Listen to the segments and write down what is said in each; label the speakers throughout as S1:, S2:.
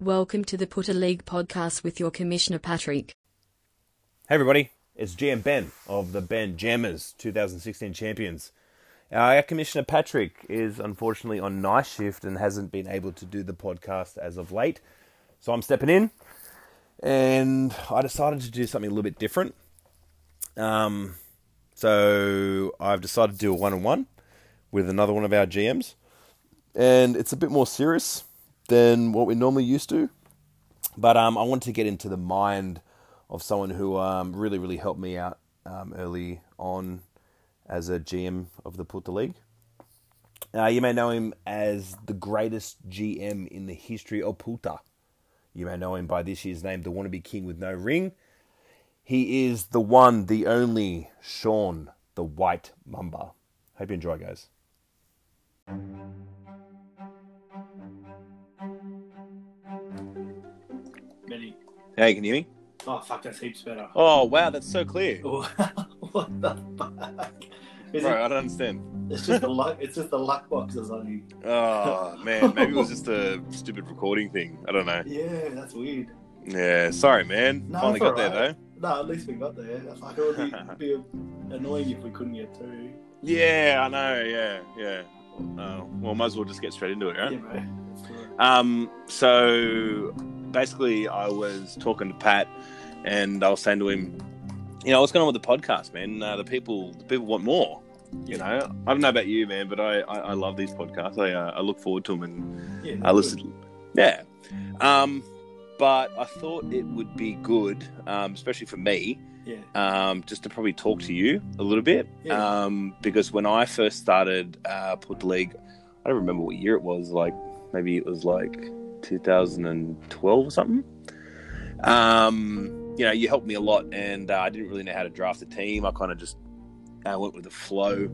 S1: welcome to the Putter League podcast with your commissioner Patrick.
S2: Hey everybody, it's GM Ben of the Ben Jammers 2016 champions. Our commissioner Patrick is unfortunately on night shift and hasn't been able to do the podcast as of late, so I'm stepping in, and I decided to do something a little bit different. Um, so I've decided to do a one-on-one with another one of our GMs, and it's a bit more serious than what we're normally used to. But um, I wanted to get into the mind of someone who um, really, really helped me out um, early on as a GM of the Puta League. Uh, you may know him as the greatest GM in the history of Puta. You may know him by this year's name, the wannabe king with no ring. He is the one, the only Sean, the White Mamba. Hope you enjoy, guys.
S3: Many.
S2: Hey, can you hear me?
S3: Oh fuck, that's heaps better.
S2: Oh, wow, that's so clear.
S3: Oh, what the fuck? Is
S2: Bro,
S3: it,
S2: I don't understand.
S3: it's just the luck. It's just the luck boxes on you.
S4: Oh man, maybe it was just a stupid recording thing. I don't know.
S3: Yeah, that's weird.
S4: Yeah, sorry, man.
S3: No,
S4: Finally
S3: it's
S4: got there
S3: alright.
S4: though.
S3: No, at least we got there. That's like it would be, it'd be annoying if we couldn't get through.
S4: Yeah, I know. Yeah, yeah. Oh, well, might as well just get straight into it, right?
S3: Yeah, bro. It's good.
S4: Um, so basically, I was talking to Pat, and I was saying to him, you know, what's going on with the podcast, man? Uh, the people, the people want more. You know, I don't know about you, man, but I, I, I love these podcasts. I, uh, I look forward to them, and
S3: Yeah,
S4: I
S3: good.
S4: listened. Yeah. Um, but I thought it would be good, um, especially for me,
S3: Yeah,
S4: um, just to probably talk to you a little bit.
S3: Yeah.
S4: Um, because when I first started uh, Put the League, I don't remember what year it was. Like maybe it was like 2012 or something. Um, you know, you helped me a lot, and uh, I didn't really know how to draft a team. I kind of just uh, went with the flow.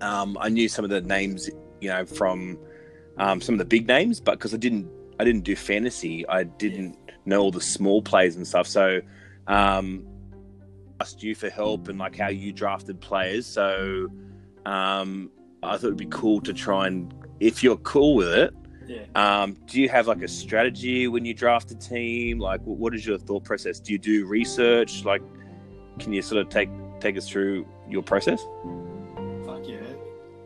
S4: Um, I knew some of the names, you know, from um, some of the big names, but because I didn't, I didn't do fantasy. I didn't know all the small plays and stuff. So um, asked you for help and like how you drafted players. So um, I thought it'd be cool to try and, if you're cool with it,
S3: yeah.
S4: um, do you have like a strategy when you draft a team? Like, wh- what is your thought process? Do you do research? Like, can you sort of take take us through your process?
S3: Fuck yeah.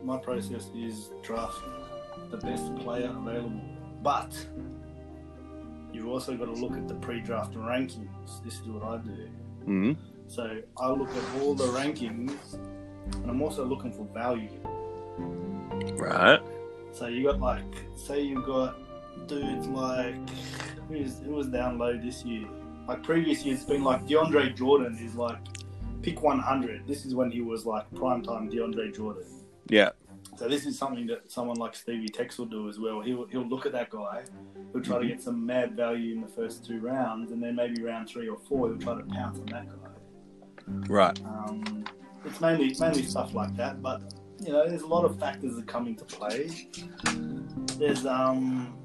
S3: My process is draft the best player available, but you've also got to look at the pre-draft rankings. This is what I do.
S4: Mm-hmm.
S3: So I look at all the rankings, and I'm also looking for value.
S4: Right.
S3: So you got like, say you got dudes like who's who was down low this year. Like previous years, it's been like DeAndre Jordan is like pick 100. This is when he was like prime time DeAndre Jordan.
S4: Yeah.
S3: So this is something that someone like Stevie Tex will do as well. He'll he'll look at that guy, he'll try to get some mad value in the first two rounds, and then maybe round three or four, he'll try to pounce on that guy.
S4: Right.
S3: Um, it's mainly it's mainly stuff like that, but you know, there's a lot of factors that come into play. There's um,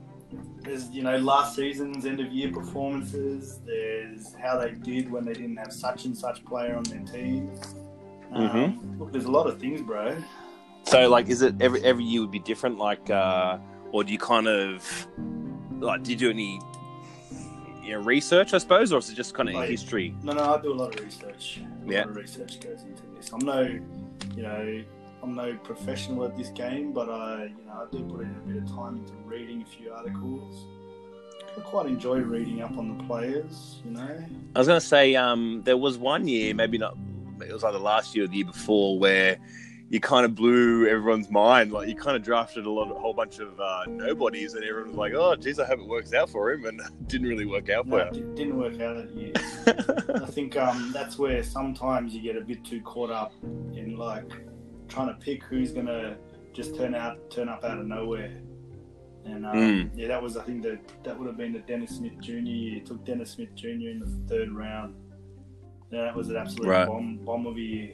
S3: there's you know last season's end of year performances. There's how they did when they didn't have such and such player on their team. Um, Look, there's a lot of things, bro.
S4: So, like, is it every every year would be different? Like, uh, or do you kind of like do you do any you know, research, I suppose, or is it just kind of
S3: Like-
S4: history?
S3: No, no, I do a lot of research. A
S4: Yeah.
S3: lot of research goes into this. I'm no, you know, I'm no professional at this game, but I, you know, I do put in a bit of time into reading a few articles. I quite enjoy reading up on the players, you know.
S4: I was going to say um, there was one year, maybe not. It was either last year or the year before, where you kind of blew everyone's mind. Like you kind of drafted a lot, a whole bunch of uh, nobodies, and everyone was like, "Oh, geez, I hope it works out for him," and it didn't really work out
S3: No,
S4: for
S3: it
S4: him.
S3: di- didn't work out that year. I think um, that's where sometimes you get a bit too caught up in like trying to pick who's gonna just turn out turn up out of nowhere. And um,
S4: Mm.
S3: yeah, that was I think that that would have been the Dennis Smith Jr. year. It took Dennis Smith Jr. in the third round. Yeah, that was an absolute
S4: Right.
S3: bomb bomb of a year.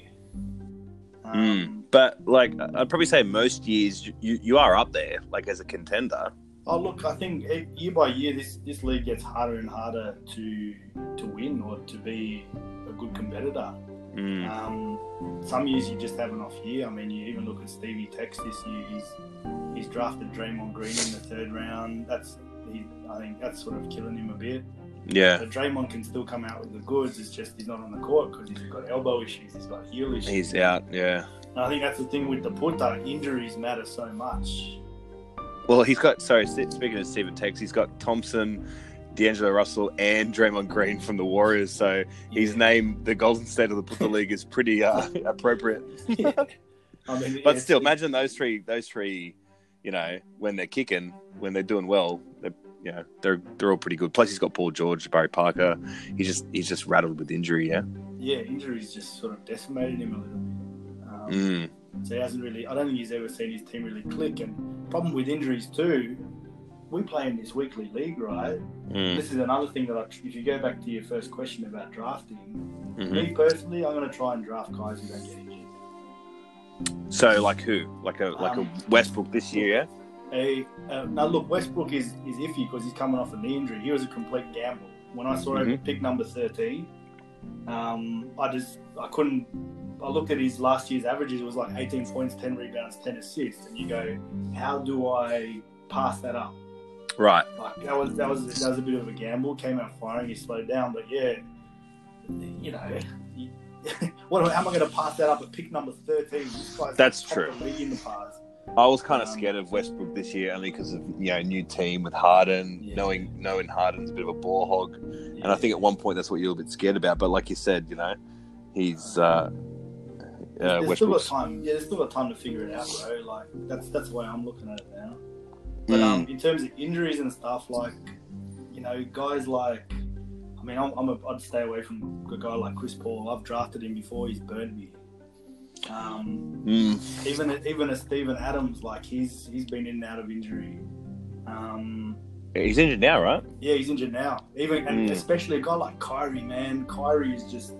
S3: Um,
S4: Mm. But like, I- I'd probably say most years you, you, you are up there, like as a contender.
S3: Oh look, I think e- year by year this, this league gets harder and harder to to win or to be a good competitor.
S4: Mm.
S3: Um, some years you just have an off year. I mean, you even look at Stevie Tex this year. He's he's drafted Draymond Green in the third round. That's he, I think that's sort of killing him a bit.
S4: Yeah.
S3: But Draymond can still come out with the goods. It's just he's not on the court because he's got elbow issues. He's got heel issues.
S4: He's out. Yeah.
S3: And I think that's the thing with the putter. Injuries matter so much.
S4: Well, he's got. Sorry, se- speaking of Stephen Tex, he's got Thompson, D'Angelo Russell, and Draymond Green from the Warriors. So his
S3: Yeah.
S4: name, the Golden State of the Puther League, is pretty uh, appropriate.
S3: I mean,
S4: But
S3: it's-
S4: still, imagine those three. Those three, you know, when they're kicking, when they're doing well, they're you know they're they're all pretty good. Plus, he's got Paul George, Barry Parker. He's just he's just rattled with injury. Yeah.
S3: yeah, injuries just sort of decimated him a little bit. Um,
S4: Mm.
S3: So he hasn't really. I don't think he's ever seen his team really click. And problem with injuries too. We play in this weekly league, right?
S4: Mm.
S3: This is another thing that I, if you go back to your first question about drafting,
S4: hmm
S3: me personally, I'm going to try and draft guys who don't get injured.
S4: So like who? Like a like
S3: Um,
S4: a Westbrook this year?
S3: A, uh, now look, Westbrook is is iffy because he's coming off a knee injury. He was a complete gamble. When I saw him
S4: Mhm.
S3: at pick number thirteen, um, I just I couldn't. I looked at his last year's averages. It was like eighteen points, ten rebounds, ten assists, and you go, how do I pass that up?
S4: Yeah. Right.
S3: Like that was that was that was a bit of a gamble. Came out firing. He slowed down, but yeah, you know. you- What, how am I going to pass that up at pick number 13? This guy's
S4: That's
S3: top of
S4: true.
S3: the league in the past.
S4: I was kind of
S3: Um,
S4: scared of Westbrook this year only because of you know new team with Harden,
S3: Yeah.
S4: knowing knowing Harden's a bit of a ball hog, and I think at one point that's what you were a bit scared about. But like you said, you know, he's uh, uh,
S3: there's still got
S4: Westbrook's.
S3: time. Yeah, there's still got time to figure it out, bro. Like that's that's the way I'm looking at it now.
S4: Hmm.
S3: But um, in terms of injuries and stuff, like you know, guys like I mean, I'm, I'm a, I'd stay away from a guy like Chris Paul. I've drafted him before; he's burned me. Um,
S4: Mm, mm.
S3: even a, even a Steven Adams, like he's he's been in and out of injury. Um,
S4: He's injured now, right?
S3: yeah, he's injured now. Even and
S4: Mm.
S3: especially a guy like Kyrie, man. Kyrie is just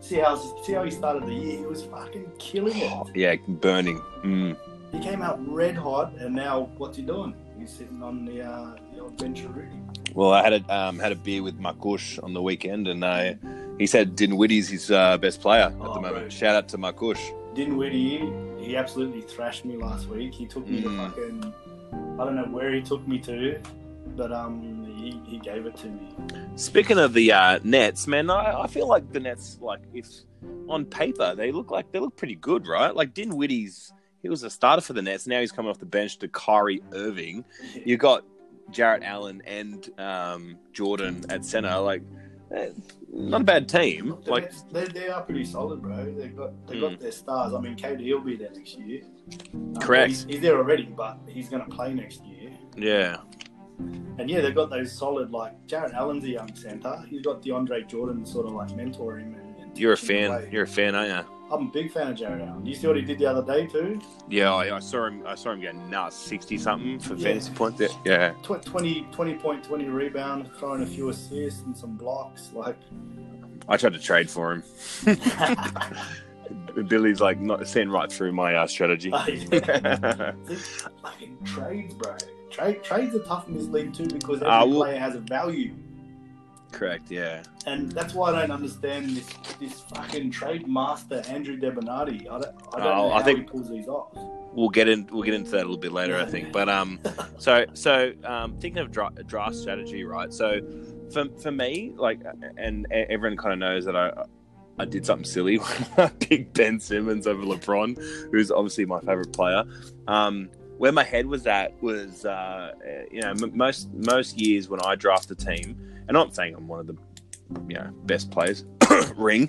S3: see how see how he started the year. He was fucking killing it.
S4: Yeah, burning. Mm.
S3: He came out red hot, and now what's he doing? He's sitting on the, uh, the old bench already.
S4: Well, I had a um, had a beer with Markush on the weekend, and I he said Dinwiddie's his uh, best player at
S3: Oh,
S4: the moment.
S3: right.
S4: Shout out to Markush.
S3: Dinwiddie, he absolutely thrashed me last week. He took me to
S4: Mm.
S3: fucking, I don't know where he took me to, but um, he, he gave it to me.
S4: Speaking of the uh, Nets, man, I, I feel like the Nets, like if on paper they look like they look pretty good, right? Like Dinwiddie's, he was a starter for the Nets. Now he's coming off the bench to Kyrie Irving. You got Jarrett Allen and um, Jordan at center. Like, eh, not a bad team.
S3: Look,
S4: Mm,
S3: the
S4: Like, mm.
S3: Nets, they, they are pretty solid, bro. They got they got their stars. I mean, KD will be there next year. Um,
S4: Correct.
S3: He's, he's there already, but he's going to play next year.
S4: yeah,
S3: And yeah, they've got those solid like Jared Allen's a young center. He's got DeAndre Jordan sort of like mentor him. And, and
S4: you're a
S3: teach him the
S4: fan.
S3: way.
S4: You're a fan, aren't
S3: I'm a big fan of Jared Allen. You see what he did the other day too?
S4: you? Yeah, I, I saw him. I saw him getting nuts, sixty something for
S3: Yeah.
S4: fantasy points. Yeah, yeah.
S3: Tw- 20, 20 point, 20 rebound, throwing a few assists and some blocks. Like,
S4: I tried to trade for him. Billy's like not seeing right through my uh, strategy.
S3: like fucking trades, bro. Trade, trades are tough in this league too because every
S4: Ah, well-
S3: player has a value.
S4: Correct. Yeah.
S3: And that's why I don't understand this this fucking trade master, Andrew Debonati. I don't, I don't
S4: Oh,
S3: know
S4: I
S3: how
S4: think-
S3: he pulls these off.
S4: We'll get in. We'll get into that a little bit later, I think. But um, so so um, thinking of dra- draft strategy, right? So for for me, like, and e- everyone kind of knows that I. I did something silly when I picked Ben Simmons over LeBron, who's obviously my favorite player. Um, where my head was at was, uh, you know, m- most most years when I draft a team, and I'm not saying I'm one of the, you know, best players, ring.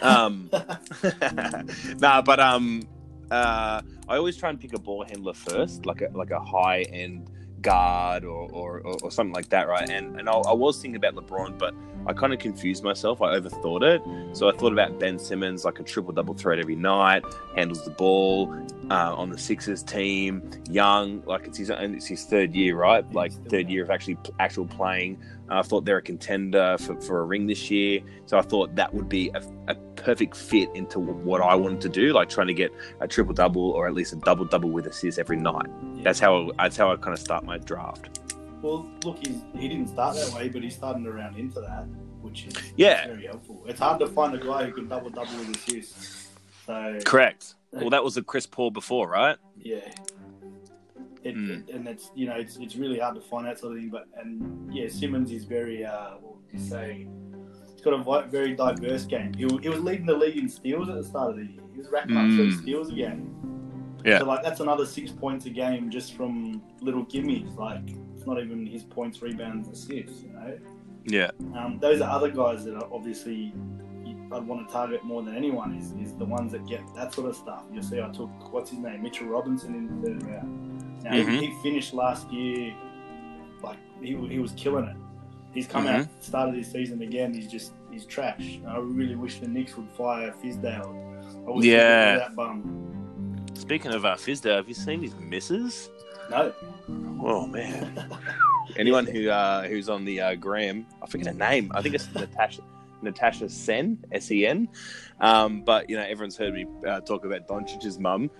S4: Um, nah, but um, uh, I always try and pick a ball handler first, like a like a high end guard or, or, or, or something like that, right? And and I, I was thinking about LeBron, but I kind of confused myself. I overthought it, so I thought about Ben Simmons, like a triple double threat every night, handles the ball uh, on the Sixers team, young, like it's his and it's his third year, right? Like third year of actually actual playing. I thought they're a contender for, for a ring this year. So I thought that would be a, a perfect fit into what I wanted to do, like trying to get a triple double or at least a double double with assists every night.
S3: Yeah.
S4: That's how that's how I kind of start my draft.
S3: Well, look, he's, he didn't start that way, but he's starting to round into that, which is
S4: Yeah.
S3: very helpful. It's hard to find a guy who can double double with assists. So
S4: Correct. Well, that was a Chris Paul before, right?
S3: yeah, It,
S4: Mm.
S3: and it's you know it's, it's really hard to find that sort of thing. But and yeah, Simmons is very uh, what would you say? He's got a vi- very diverse game. He, wa- he was leading the league in steals at the start of the year. He was racking up three
S4: Mm.
S3: steals a game.
S4: Yeah.
S3: So like that's another six points a game just from little gimmies. Like it's not even his points, rebounds, assists. You know.
S4: Yeah.
S3: Um, those are other guys that are obviously you- I'd want to target more than anyone is, is the ones that get that sort of stuff. You see, I took what's his name, Mitchell Robinson, in the third round. Now he-
S4: Mhm.
S3: he, finished last year like he, wa- he was killing it. He's come out
S4: Mm-hmm.
S3: started his season again. He's just he's trash. And I really wish the Knicks would fire Fizdale. I wish they could do
S4: Yeah.
S3: that bum.
S4: Speaking of uh, Fizdale, have you seen his misses?
S3: No,
S4: Oh man! Anyone who uh, who's on the uh, gram, I forget her name. I think it's Natasha Natasha Sen S E N. Um, but you know, everyone's heard me uh, talk about Doncic's mum.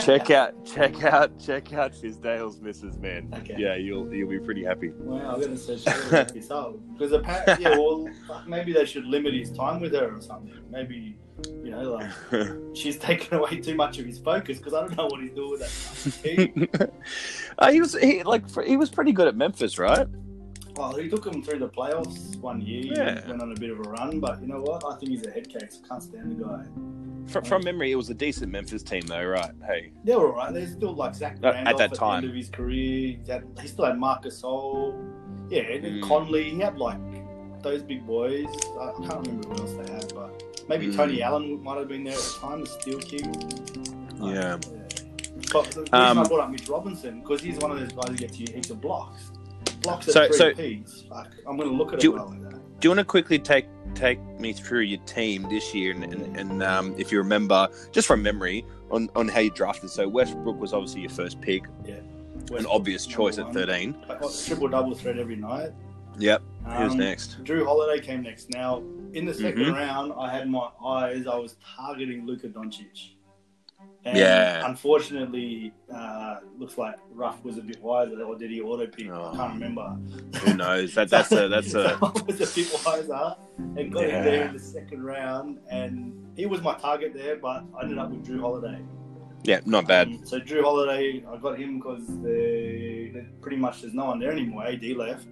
S4: check out, check out, check out Fizdale's missus, man.
S3: Okay.
S4: Yeah, you'll you'll be pretty happy.
S3: Wow, I'm gonna search this up because apparently, yeah, well, fuck, maybe they should limit his time with her or something. Maybe, you know,
S4: Uh,
S3: like she's taken away too much of his focus because I don't know what he's doing with that. stuff. He,
S4: uh, he was he like fr- he was pretty good at Memphis, right?
S3: well, he took him through the playoffs one year.
S4: Yeah.
S3: He went on a bit of a run, but you know what? I think he's a head case. I can't stand the guy.
S4: From, from memory, it was a decent Memphis team, though, right? Hey,
S3: They were all right. They're still like Zach
S4: Uh, at
S3: Randolph
S4: that
S3: the
S4: time.
S3: end of his career. He, had, he still had Marcus Hole. Yeah, and then
S4: Mm.
S3: Conley. He had like those big boys. I, I can't remember who else they had, but maybe
S4: Mm.
S3: Tony Allen might have been there at the time, the Steel King. Like,
S4: Yeah.
S3: But the reason
S4: Um,
S3: I brought up Mitch Robinson because he's one of those guys who gets you heaps of blocks. Blocks at
S4: So-
S3: three
S4: so-
S3: Ps. Fuck, I'm going to look at
S4: Do
S3: it
S4: you-
S3: well like that.
S4: do you want to quickly take take me through your team this year and, and, and um, if you remember just from memory on, on how you drafted so westbrook was obviously your first pick an
S3: Westbrook,
S4: obvious choice at
S3: number one.
S4: 13
S3: I got Triple double threat every night.
S4: yep who's
S3: Um,
S4: next
S3: Drew Holiday came next. Now, in the 2nd
S4: Mhm.
S3: round, I had my eyes, I was targeting Luka Doncic. And
S4: Yeah.
S3: unfortunately, uh, looks like Ruff was a bit wiser, or did he auto pick?
S4: Oh.
S3: I can't remember.
S4: who knows that that's a that's a
S3: So I was a bit wiser and got
S4: Yeah.
S3: him there in the second round, and he was my target there, but I ended up with Drew Holiday.
S4: yeah not bad
S3: Um, so Drew Holiday, I got him because pretty much there's no one there anymore. AD left.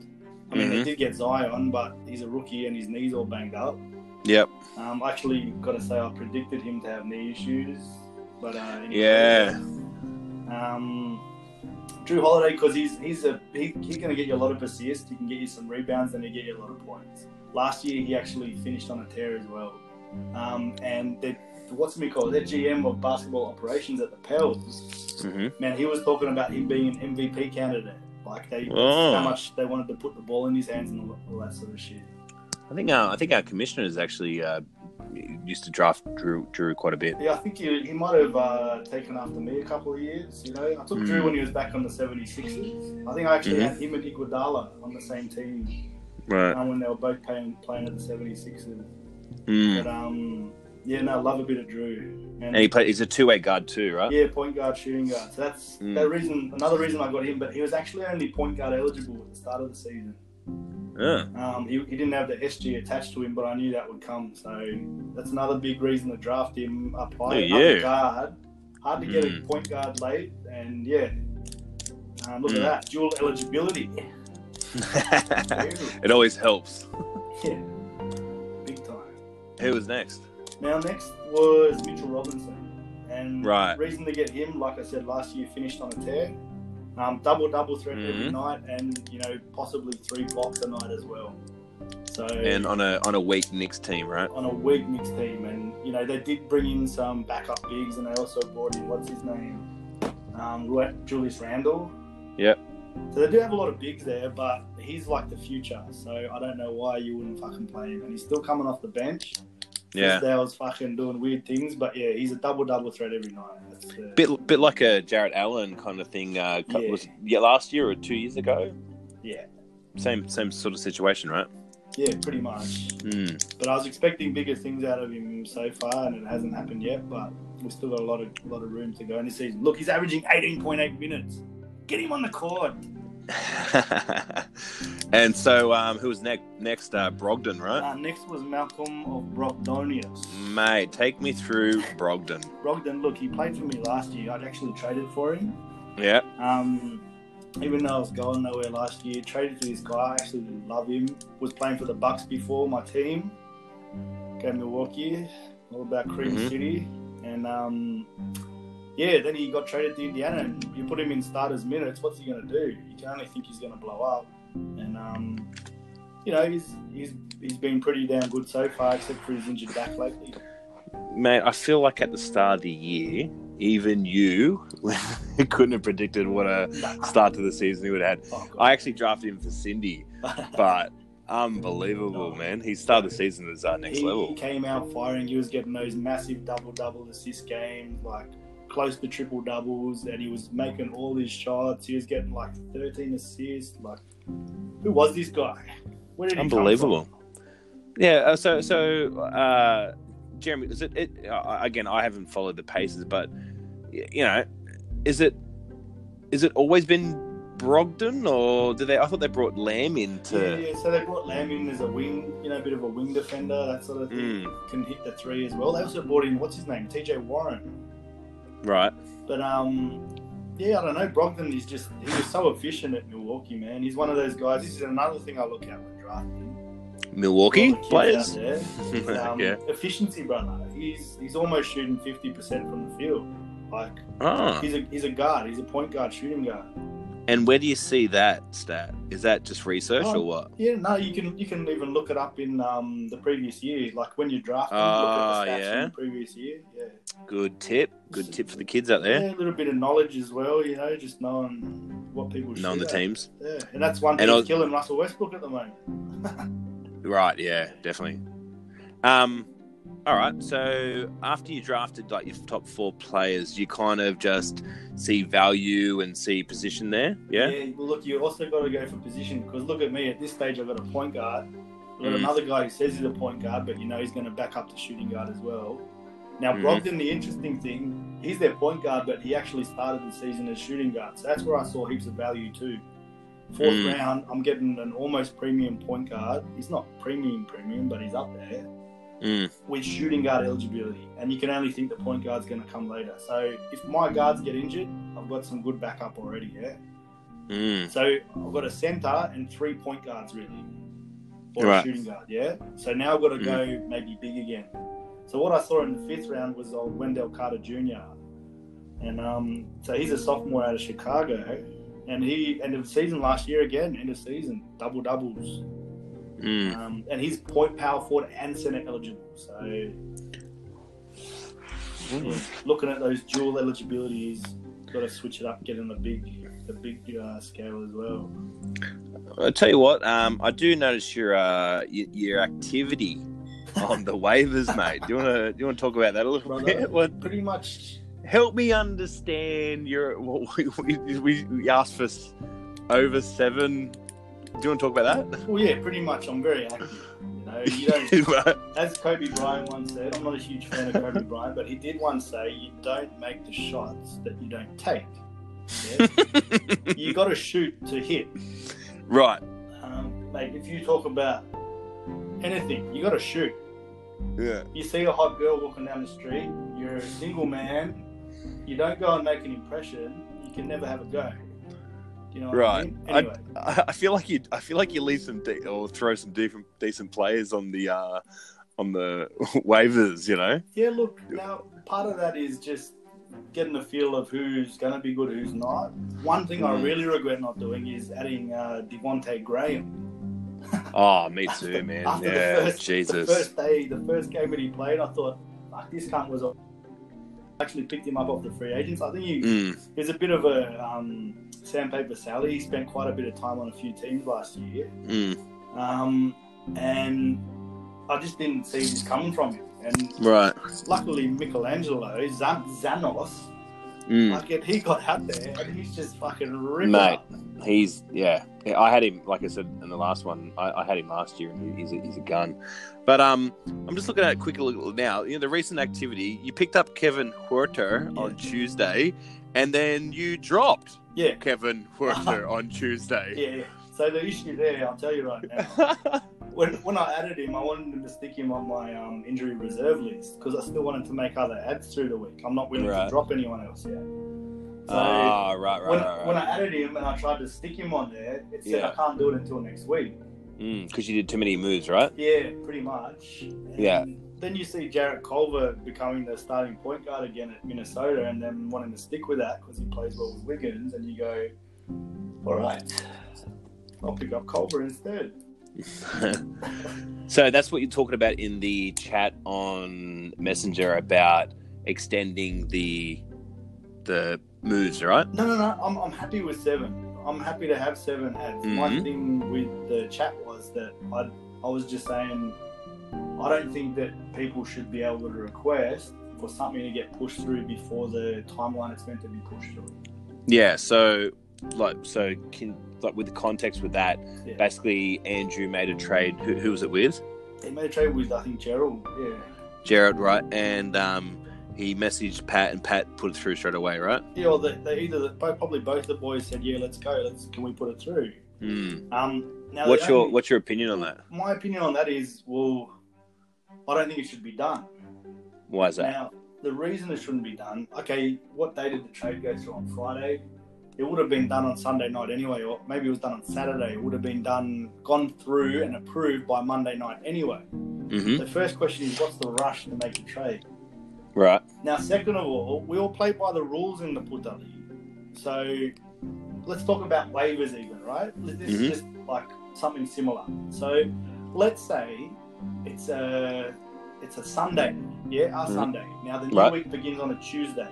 S3: I mean,
S4: Mhm.
S3: they did get Zion, but he's a rookie and his knees all banged up.
S4: yep
S3: Um, I actually got to say I predicted him to have knee issues, but uh, anyway,
S4: Yeah.
S3: Um, Drew Holiday because he's he's a he, he's going to get you a lot of assists. He can get you some rebounds and he get you a lot of points. Last year he actually finished on a tear as well. Um, and they, what's me called? Their GM of basketball operations at the Pels
S4: hmm
S3: man, he was talking about him being an MVP candidate. Like they,
S4: Oh.
S3: how much they wanted to put the ball in his hands and all, all that sort of shit.
S4: i think uh, i think our commissioner is actually uh, used to draft drew drew quite a bit
S3: Yeah, I think he, he might have uh, taken after me a couple of years. You know, I took
S4: Mm.
S3: Drew when he was back on the 76ers. I think I actually
S4: Mhm.
S3: had him and Iguodala on the same team
S4: right
S3: um, when they were both playing playing at the 76ers.
S4: mm.
S3: But um, yeah, no, I love a bit of Drew.
S4: and he played he's a two-way guard too right
S3: Yeah, point guard, shooting guard. So that's
S4: Mm.
S3: the reason. Another reason I got him, but he was actually only point guard eligible at the start of the season.
S4: Uh,
S3: Um, he, he didn't have the SG attached to him, but I knew that would come. So that's another big reason to draft him up high.
S4: Look at
S3: another
S4: you.
S3: guard. Hard to get
S4: Oh, Mm.
S3: a point guard late, and yeah. Um, look
S4: Mm.
S3: at that dual eligibility. Ew.
S4: it always helps
S3: yeah, big time.
S4: who was next
S3: Now next was Mitchell Robinson, and
S4: Right.
S3: reason to get him, like I said last year, finished on a tear. Um, double double threat every
S4: Mhm.
S3: night, and you know possibly three blocks a night as well. So
S4: and on a on a weak Knicks team right
S3: on a weak mixed team, and you know they did bring in some backup bigs, and they also brought in what's his name, um, Ru- Julius Randle.
S4: Yep.
S3: So they do have a lot of bigs there, but he's like the future. So I don't know why you wouldn't fucking play him, and he's still coming off the bench.
S4: yeah
S3: They was fucking doing weird things, but yeah, he's a double double threat every night. That's, uh,
S4: bit bit like a Jarrett Allen kind of thing. Uh, cu-
S3: Yeah.
S4: Was yeah, last year or two years ago?
S3: Yeah.
S4: Same same sort of situation, right?
S3: yeah, pretty much.
S4: Mm.
S3: But I was expecting bigger things out of him so far, and it hasn't happened yet. But we've still got a lot of lot of room to go in this season. Look, he's averaging 18.8 minutes. Get him on the court.
S4: and so, um, who was next? Next, uh, Brogdon, right?
S3: Uh, next was Malcolm of Brogdonius.
S4: Mate, take me through Brogdon.
S3: Brogdon, look, he played for me last year. I'd actually traded for him.
S4: Yeah.
S3: Um, even though I was going nowhere last year, traded to this guy. I actually love him. Was playing for the Bucks before my team. Go Milwaukee, all about Cream
S4: Mhm.
S3: City, and um, yeah. Then he got traded to Indiana. And you put him in starters minutes. What's he going to do? You can only think he's going to blow up. And um, you know he's he's he's been pretty damn good so far, except for his injured back lately.
S4: Mate, I feel like at the start of the year, even you couldn't have predicted what a start to the season he would have had.
S3: Oh, God.
S4: I actually drafted him for Cindy, but unbelievable, man. He started the season as our next
S3: he
S4: level.
S3: came out firing. He was getting those massive double double assist games, like close to triple doubles, and he was making all his shots. He was getting like 13 assists. Like, who was this guy? Where did he come from?
S4: Unbelievable. Yeah. uh, So, so uh, Jeremy, is it, it? uh, Again, I haven't followed the paces, but y- you know, is it? Is it always been Brogdon, or did they? I thought they brought Lamb in
S3: Yeah,
S4: to.
S3: yeah, so they brought Lamb in as a wing, you know, a bit of a wing defender, that sort of thing.
S4: Mm,
S3: Can hit the three as well. They also brought in what's his name, TJ Warren.
S4: right.
S3: But um, yeah, I don't know. Brogdon is just he was so efficient at Milwaukee, man. He's one of those guys. This is another thing I look at when drafting.
S4: Milwaukee
S3: All the kids
S4: players.
S3: out there. Um,
S4: yeah.
S3: Efficiency, brother. He's he's almost shooting fifty percent from the field. Like
S4: Ah.
S3: he's a he's a guard. He's a point guard, shooting guard.
S4: And where do you see that stat? Is that just research
S3: Oh.
S4: or what?
S3: Yeah, no, you can you can even look it up in um, the previous year. Like when you draft,
S4: Ah,
S3: look at the stats
S4: yeah.
S3: from the previous year. Yeah.
S4: Good tip. Good tip for the kids out there,
S3: a little bit of knowledge as well. You know, just knowing what people
S4: knowing the
S3: shoot at.
S4: teams.
S3: Yeah, and that's one
S4: And
S3: thing
S4: I
S3: that's
S4: was-
S3: killing Russell Westbrook at the moment.
S4: Right, yeah, definitely. Um, all right. So after you drafted like your top four players, you kind of just see value and see position there. Yeah.
S3: well, look, you also got to go for position because look at me at this stage. I've got a point guard. I've got
S4: Mm.
S3: another guy who says he's a point guard, but you know he's going to back up the shooting guard as well. Now,
S4: Mhm.
S3: Brogdon, the interesting thing, he's their point guard, but he actually started the season as shooting guard. So that's where I saw heaps of value too. Fourth
S4: Mm.
S3: round, I'm getting an almost premium point guard. He's not premium, premium, but he's up there
S4: Mm,
S3: with shooting guard eligibility, and you can only think the point guard's going to come later. So if my guards get injured, I've got some good backup already. Yeah.
S4: mm.
S3: So I've got a centre and three point guards really, or a
S4: Right. Mm-hmm.
S3: shooting guard. Yeah. So now I've got to go maybe big again. So what I saw in the fifth round was old Wendell Carter Jr. And um, so he's a sophomore out of Chicago, and he end of season last year again, end of season double doubles,
S4: Mm.
S3: um, and he's point power forward and center eligible. So
S4: mm.
S3: yeah, looking at those dual eligibilities, got to switch it up, get in the big, the big uh, scale as well.
S4: I tell you what, um, I do notice your uh, y- your activity on the waivers, mate. Do you want to do you want to talk about that a little
S3: Brother.
S4: bit? What,
S3: Pretty much
S4: help me understand your. What we, we, we asked for s- over seven. Do you want to talk about that?
S3: Well, yeah, pretty much. I'm very active. You know, you don't.
S4: Right.
S3: As Kobe Bryant once said, I'm not a huge fan of Kobe Bryant, but he did once say, "You don't make the shots that you don't take. Yeah? you got to shoot to hit."
S4: Right.
S3: Um, like if you talk about anything, you got to shoot.
S4: Yeah.
S3: You see a hot girl walking down the street. You're a single man. You don't go and make an impression. You can never have a go. You know what I
S4: Right.
S3: mean?
S4: I-
S3: Anyway,
S4: I, I feel like you. I feel like you leave some de- or throw some different decent players on the uh, on the waivers. You know.
S3: Yeah, look, now part of that is just getting a feel of who's going to be good, who's not. One thing I
S4: Mm.
S3: really regret not doing is adding uh, Devonte Graham.
S4: Oh, me too, man.
S3: After
S4: yeah,
S3: the first,
S4: Jesus.
S3: the first day, the first game that he played, I thought, like, this cunt was. a-" I Actually, picked him up off the free agents. I think he,
S4: Mm,
S3: he was a bit of a um, sandpaper Sally. He spent quite a bit of time on a few teams last year.
S4: mm,
S3: Um, and I just didn't see this coming from him. And
S4: right.
S3: luckily, Michelangelo, Zan- Zanos,
S4: Mm.
S3: Fucking, he got out there and he's just fucking ripping.
S4: Mate.
S3: up.
S4: He's yeah. Yeah, I had him like I said in the last one. I, I had him last year, and he- he's a, he's a gun. But um, I'm just looking at it quickly now. You know the recent activity. You picked up Kevin Huerter on Tuesday, and then you dropped
S3: Yeah,
S4: Kevin Huerter on Tuesday.
S3: yeah, yeah. So the issue there, I'll tell you right now. when, when I added him, I wanted him to stick him on my um, injury reserve list because I still wanted to make other ads through the week. I'm not willing
S4: Right.
S3: to drop anyone else yet. So
S4: Ah, right, right,
S3: when,
S4: right,
S3: when I
S4: right.
S3: added him and I tried to stick him on there, it said
S4: Yeah.
S3: I can't do it until next week.
S4: Because Mm, you did too many moves, right?
S3: Yeah, pretty much. And
S4: Yeah.
S3: Then you see Jarrett Culver becoming the starting point guard again at Minnesota, and then wanting to stick with that because he plays well with Wiggins, and you go, all right, I'll pick up Culver instead.
S4: so that's what you're talking about in the chat on Messenger about extending the the moves, right?
S3: No, no, no. I'm, I'm happy with seven. I'm happy to have seven ads. One
S4: Mhm.
S3: thing with the chat was that I, I was just saying, I don't think that people should be able to request for something to get pushed through before the timeline it's meant to be pushed through.
S4: Yeah. So, like, so can like with the context with that,
S3: Yeah.
S4: basically Andrew made a trade. Who, who was it with?
S3: They made a trade with, I think, Gerald. Yeah.
S4: Jared, right? And um, he messaged Pat, and Pat put it through straight away, right?
S3: Yeah, or they, they either, both, probably both the boys said, yeah, let's go. Let's Can we put it through?
S4: Mm.
S3: Um, now the
S4: What's your
S3: only-
S4: What's your opinion on that?
S3: My opinion on that is, well, I don't think it should be done.
S4: Why is that?
S3: Now, the reason it shouldn't be done, okay, what day did the trade go through on Friday? It would have been done on Sunday night anyway, or maybe it was done on Saturday. It would have been done, gone through and approved by Monday night anyway.
S4: hmm
S3: The first question is, what's the rush to make a trade?
S4: Right.
S3: Now, second of all, we all play by the rules in the Puta League. So let's talk about waivers, even, right? This is
S4: Mhm.
S3: just like something similar. So let's say it's a it's a Sunday, yeah, our
S4: Mhm.
S3: Sunday. Now the new
S4: Right.
S3: week begins on a Tuesday.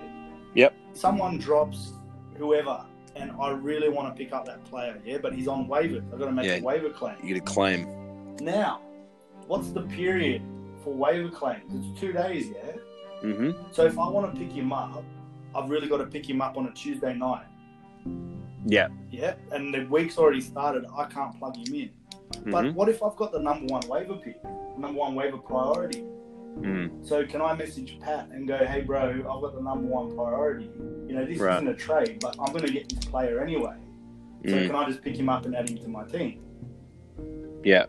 S4: Yep.
S3: Someone drops whoever, and I really want to pick up that player, yeah, but he's on waiver. I've got to make a
S4: Yeah.
S3: waiver claim.
S4: You get a claim.
S3: Now, what's the period for waiver claims? It's two days, yeah.
S4: hmm
S3: So if I want to pick him up, I've really got to pick him up on a Tuesday night.
S4: Yeah.
S3: Yeah, and the week's already started. I can't plug him in. But
S4: Mhm.
S3: what if I've got the number one waiver pick, number one waiver priority?
S4: Mm.
S3: So can I message Pat and go, hey, bro, I've got the number one priority. You know, this
S4: Right.
S3: isn't a trade, but I'm going to get this player anyway. So
S4: Mm.
S3: can I just pick him up and add him to my team?
S4: Yeah.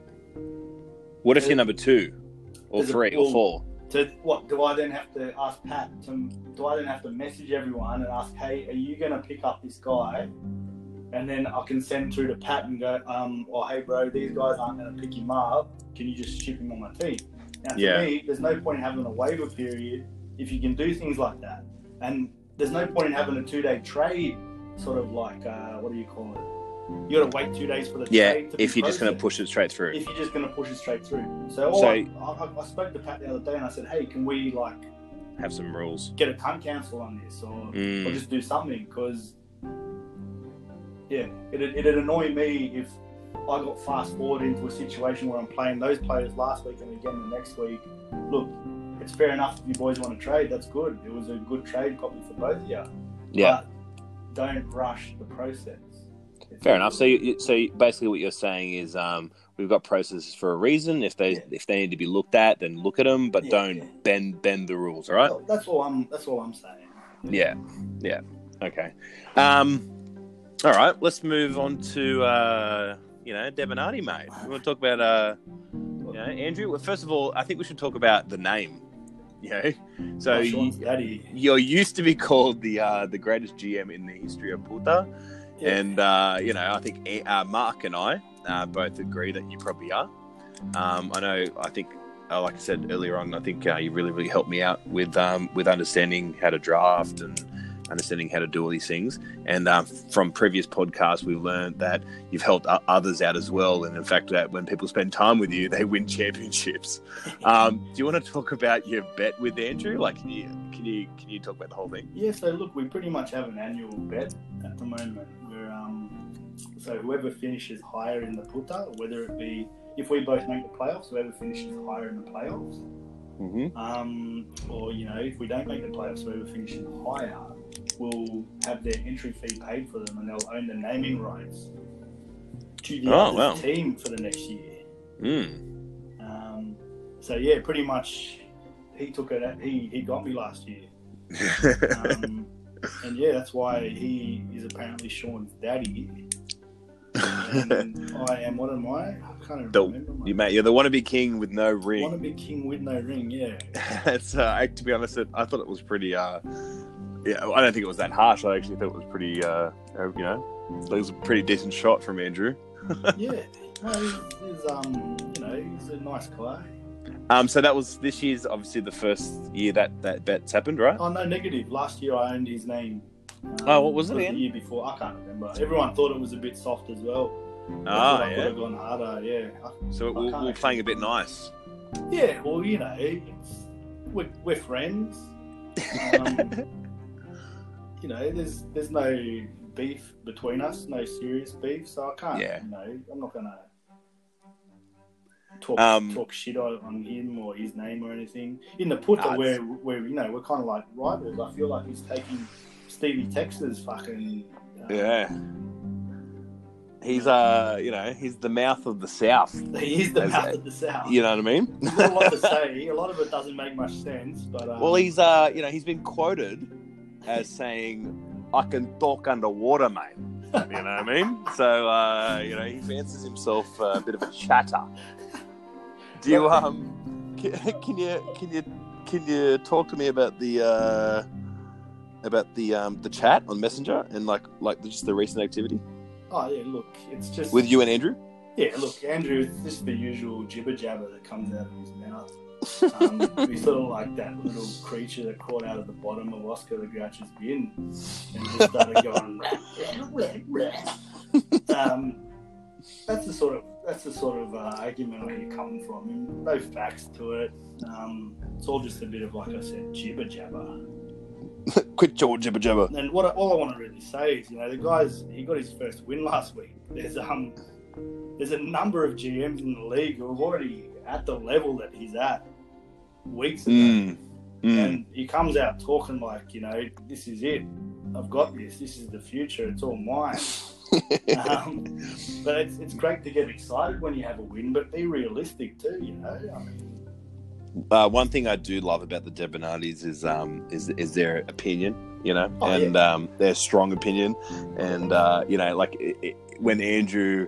S4: What if
S3: There's-
S4: you're number two, or
S3: there's a
S4: three,
S3: pool.
S4: or four?
S3: So what do I then have to ask Pat? To, do I then have to message everyone and ask, hey, are you going to pick up this guy? And then I can send through to Pat and go, um, or hey, bro, these guys aren't going to pick him up. Can you just ship him on my team? Now, to
S4: Yeah.
S3: me, there's no point in having a waiver period if you can do things like that. And there's no point in having a two day trade, sort of like, uh, what do you call it? You got to wait two days for the
S4: Yeah.
S3: trade. to
S4: If
S3: be
S4: you're just going to
S3: processed
S4: push it straight through.
S3: if you're just going to push it straight through. So, all
S4: So-
S3: I, I, I spoke to Pat the other day and I said, hey, can we like
S4: Have some rules.
S3: get a time cancel on this or, or
S4: Mm.
S3: just do something? Because, yeah, it'd, it'd annoy me if I got fast forward into a situation where I'm playing those players last week and again the next week. Look, it's fair enough if you boys want to trade, that's good. It was a good trade probably for both of you.
S4: Yeah.
S3: Uh, But don't rush the process. It's
S4: Fair enough. So, you, you- so you- basically, what you're saying is, um, we've got processes for a reason. If they
S3: Yeah.
S4: if they need to be looked at, then look at them, but
S3: Yeah,
S4: don't
S3: yeah.
S4: bend bend the rules. All right?
S3: That's all I'm. That's all I'm saying.
S4: Yeah, yeah. Okay. Um, all right. Let's move on to uh, you know Devinati, mate. We want to talk about uh, you know, Andrew. Well, first of all, I think we should talk about the name. You know, so
S3: Oh,
S4: you,
S3: Sean's daddy.
S4: you're used to be called the uh, the greatest GM in the history of Puta.
S3: Yeah.
S4: And, uh, you know, I think eh, uh, Mark and I uh, both agree that you probably are. Um, I know, I think, uh, like I said earlier on, I think uh, you really, really helped me out with um, with understanding how to draft and understanding how to do all these things. And uh, from previous podcasts, we've learned that you've helped o- others out as well. And in fact, that when people spend time with you, they win championships. Um, do you want to talk about your bet with Andrew? Like, can you, can you, can you talk about the whole thing?
S3: Yeah, so look, we pretty much have an annual bet at the moment. We're um, so whoever finishes higher in the puta, whether it be if we both make the playoffs, whoever finishes higher in the playoffs,
S4: Mm-hmm.
S3: um, or you know if we don't make the playoffs, whoever finishes higher will have their entry fee paid for them, and they'll own the naming rights to the
S4: Oh,
S3: other
S4: wow.
S3: team for the next year.
S4: Mm.
S3: Um, so yeah, pretty much he took it. At, he he got me last year. um, and yeah, that's why he is apparently Sean's daddy.
S4: Mm.
S3: And I am. What am I? I can't even
S4: The-
S3: remember. My
S4: You mate, you're the wannabe king with no
S3: want to
S4: ring.
S3: be king with no ring. Yeah.
S4: it's uh, I- to be honest, it, I thought it was pretty. Uh, yeah, I don't think it was that harsh. I actually thought it was pretty, uh, uh, you know, it was a pretty decent shot from Andrew.
S3: yeah. No, he's, he's, um, you know, he's a nice guy.
S4: Um, so that was this year's obviously the first year that that bet's happened, right?
S3: Oh no, negative. Last year I owned his name. Um,
S4: Oh, what was it
S3: The
S4: again?
S3: year before, I can't remember. Everyone thought it was a bit soft as well.
S4: Ah,
S3: I could
S4: yeah.
S3: have gone harder. Yeah. I
S4: So we're, we're playing a bit nice.
S3: Yeah, well, you know, it's, we're, we're friends. Um, you know, there's there's no beef between us, no serious beef, so I can't.
S4: Yeah.
S3: You know, I'm not gonna talk
S4: Um,
S3: talk shit on, on him or his name or anything. In the put
S4: Nah,
S3: that
S4: it's-
S3: we're we're you know we're kind of like rivals. I feel like he's taking Stevie Texas fucking. uh,
S4: Yeah. He's uh, you know, he's the mouth of the south.
S3: He is the
S4: As-
S3: mouth of the south.
S4: You know what I mean?
S3: He's got a lot to say. A lot of it doesn't make much sense, but um,
S4: Well, he's uh, you know, he's been quoted as saying, "I can talk underwater, mate." You know what I mean? So uh, you know, he fancies himself a bit of a chatter. Do you um, can, can you can you can you talk to me about the uh, about the um the chat on Messenger and like like just the recent activity
S3: oh yeah, look, it's just
S4: with you and Andrew?
S3: Yeah, look, Andrew, it's just the usual jibber jabber that comes out of his mouth. Um, he's sort of like that little creature that crawled out of the bottom of Oscar the Grouch's bin and just started going. "Rah, rah, rah, rah." um, that's the sort of that's the sort of uh, argument where you're coming from. And no facts to it. Um, it's all just a bit of like I said, jibber jabber.
S4: Quit your jibber jabber.
S3: And what I, all I want to really say is, you know, the guys he got his first win last week. There's um, there's a number of GMs in the league who are already at the level that he's at weeks ago,
S4: Mm. Mm.
S3: and he comes out talking like, you know, this is it. I've got this. This is the future. It's all mine. um, but it's, it's great to get excited when you have a win, but be realistic too. You know, I mean,
S4: Uh, one thing I do love about the Debonardis is um is is their opinion, you know,
S3: Oh, yeah.
S4: and um, their strong opinion, and uh, you know, like it, it, when Andrew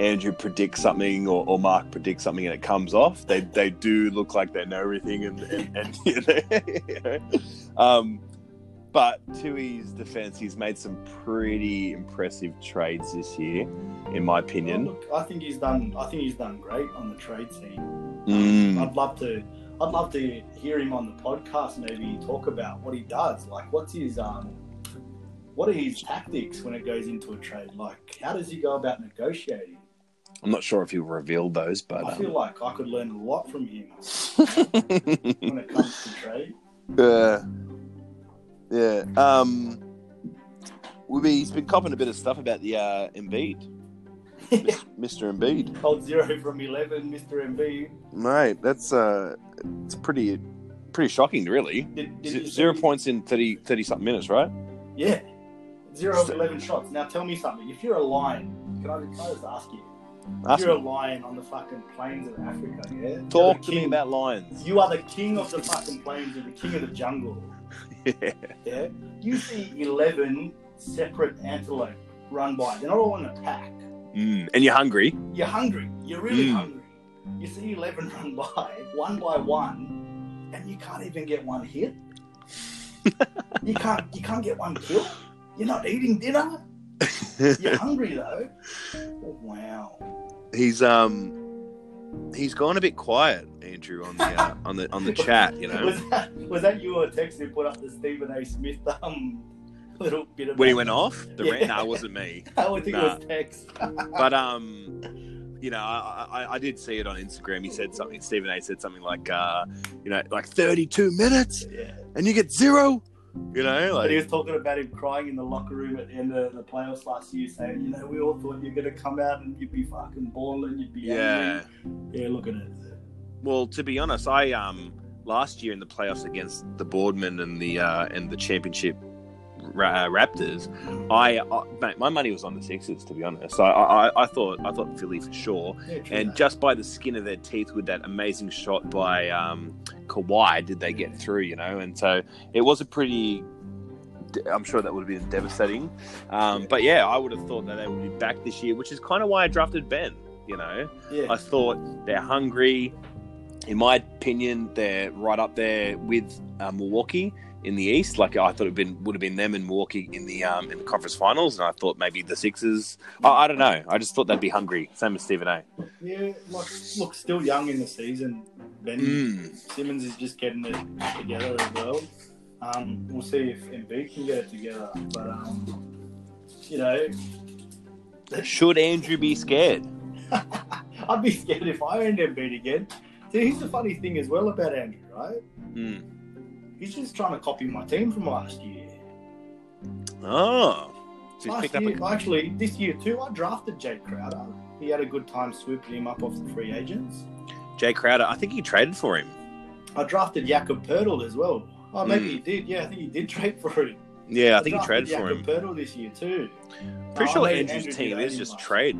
S4: Andrew predicts something or, or Mark predicts something and it comes off, they they do look like they know everything, and, and, and you know, um, but to his defense, he's made some pretty impressive trades this year, in my opinion.
S3: look, I think he's done. I think he's done great on the trade scene.
S4: Mm.
S3: I'd love to. I'd love to hear him on the podcast. Maybe talk about what he does. Like, what's his um, what are his tactics when it goes into a trade? Like, how does he go about negotiating?
S4: I'm not sure if he'll reveal those, but
S3: I
S4: um,
S3: feel like I could learn a lot from him when it comes to trade.
S4: Yeah. Yeah. Um, we be, he's been copping a bit of stuff about the uh, Embiid, Mis- Mr. Embiid.
S3: Cold zero from eleven, Mr. MB.
S4: Mate, that's uh, it's pretty, pretty shocking, really.
S3: Did, did
S4: Z-
S3: you see-
S4: zero points in 30, 30 something minutes, right?
S3: Yeah, zero of
S4: So-
S3: eleven shots. Now tell me something. If you're a lion, can I, can I just ask you? If
S4: Ask
S3: you're a
S4: me.
S3: lion on the fucking plains of Africa. Yeah. You're the
S4: Talk to me
S3: king.
S4: about Lions.
S3: You are the king of the fucking plains and the king of the jungle.
S4: Yeah.
S3: Yeah. You see eleven separate antelope run by. They're not all in a pack.
S4: Mm, and you're hungry.
S3: You're hungry. You're really
S4: Mm.
S3: hungry. You see eleven run by, one by one, and you can't even get one hit. you can't. You can't get one kill. You're not eating dinner. You're hungry though. Wow.
S4: he's um. He's gone a bit quiet, Andrew, on the uh, on the on the chat. You know,
S3: Was that was that you or text who put up the Stephen A. Smith um little bit of
S4: when he went off, the rant.
S3: Yeah.
S4: No, it wasn't me.
S3: I would think
S4: Nah.
S3: it was text.
S4: but um you know I, I i did see it on instagram he said something stephen a said something like uh you know like 32 minutes
S3: Yeah.
S4: and you get zero you know
S3: But he was
S4: like
S3: talking about him crying in the locker room at the end of the playoffs last year, saying, you know, we all thought you're going to come out and you'd be fucking balling, you'd be
S4: yeah
S3: angry. Yeah, look at it.
S4: well to be honest i um last year in the playoffs against the boardman and the uh and the championship Ra- uh, Raptors, I, I mate, my money was on the Sixers. To be honest, I, I I thought I thought Philly for sure,
S3: Yeah, true
S4: And
S3: that.
S4: just by the skin of their teeth with that amazing shot by um, Kawhi, did they get through, you know? And so it was a pretty. I'm sure that would have been devastating. Um, but yeah, I would have thought that they would be back this year, which is kind of why I drafted Ben, you know?
S3: yeah.
S4: I thought they're hungry. In my opinion, they're right up there with uh, Milwaukee in the East. Like I thought it been would have been them and Milwaukee in the um, in the conference finals, and I thought maybe the Sixers. I, I don't know. I just thought they'd be hungry. Same as Stephen A.
S3: Yeah, like look, still young in the season. Ben
S4: Mm.
S3: Simmons is just getting it together as well. Um, we'll see if Embiid can get it together, but um, you know,
S4: Should Andrew be scared?
S3: I'd be scared if I owned Embiid again. See, here's the funny thing as well about Andrew, right?
S4: Mm.
S3: He's just trying to copy my team from last year.
S4: Oh, so he's
S3: last
S4: picked up.
S3: year,
S4: A,
S3: actually, this year too, I drafted Jake Crowder. He had a good time swooping him up off the free agents.
S4: Jay Crowder. I think he traded for him.
S3: I drafted Jakob Pertl as well. Oh, maybe he did. Yeah, I think he did trade for him.
S4: Yeah, Hmm. I think he
S3: drafted
S4: traded for him.
S3: Jakob Pertl this year too.
S4: Pretty
S3: Oh,
S4: sure
S3: I mean,
S4: Andrew's
S3: Andrew
S4: team
S3: did
S4: is
S3: own
S4: just
S3: him,
S4: trade.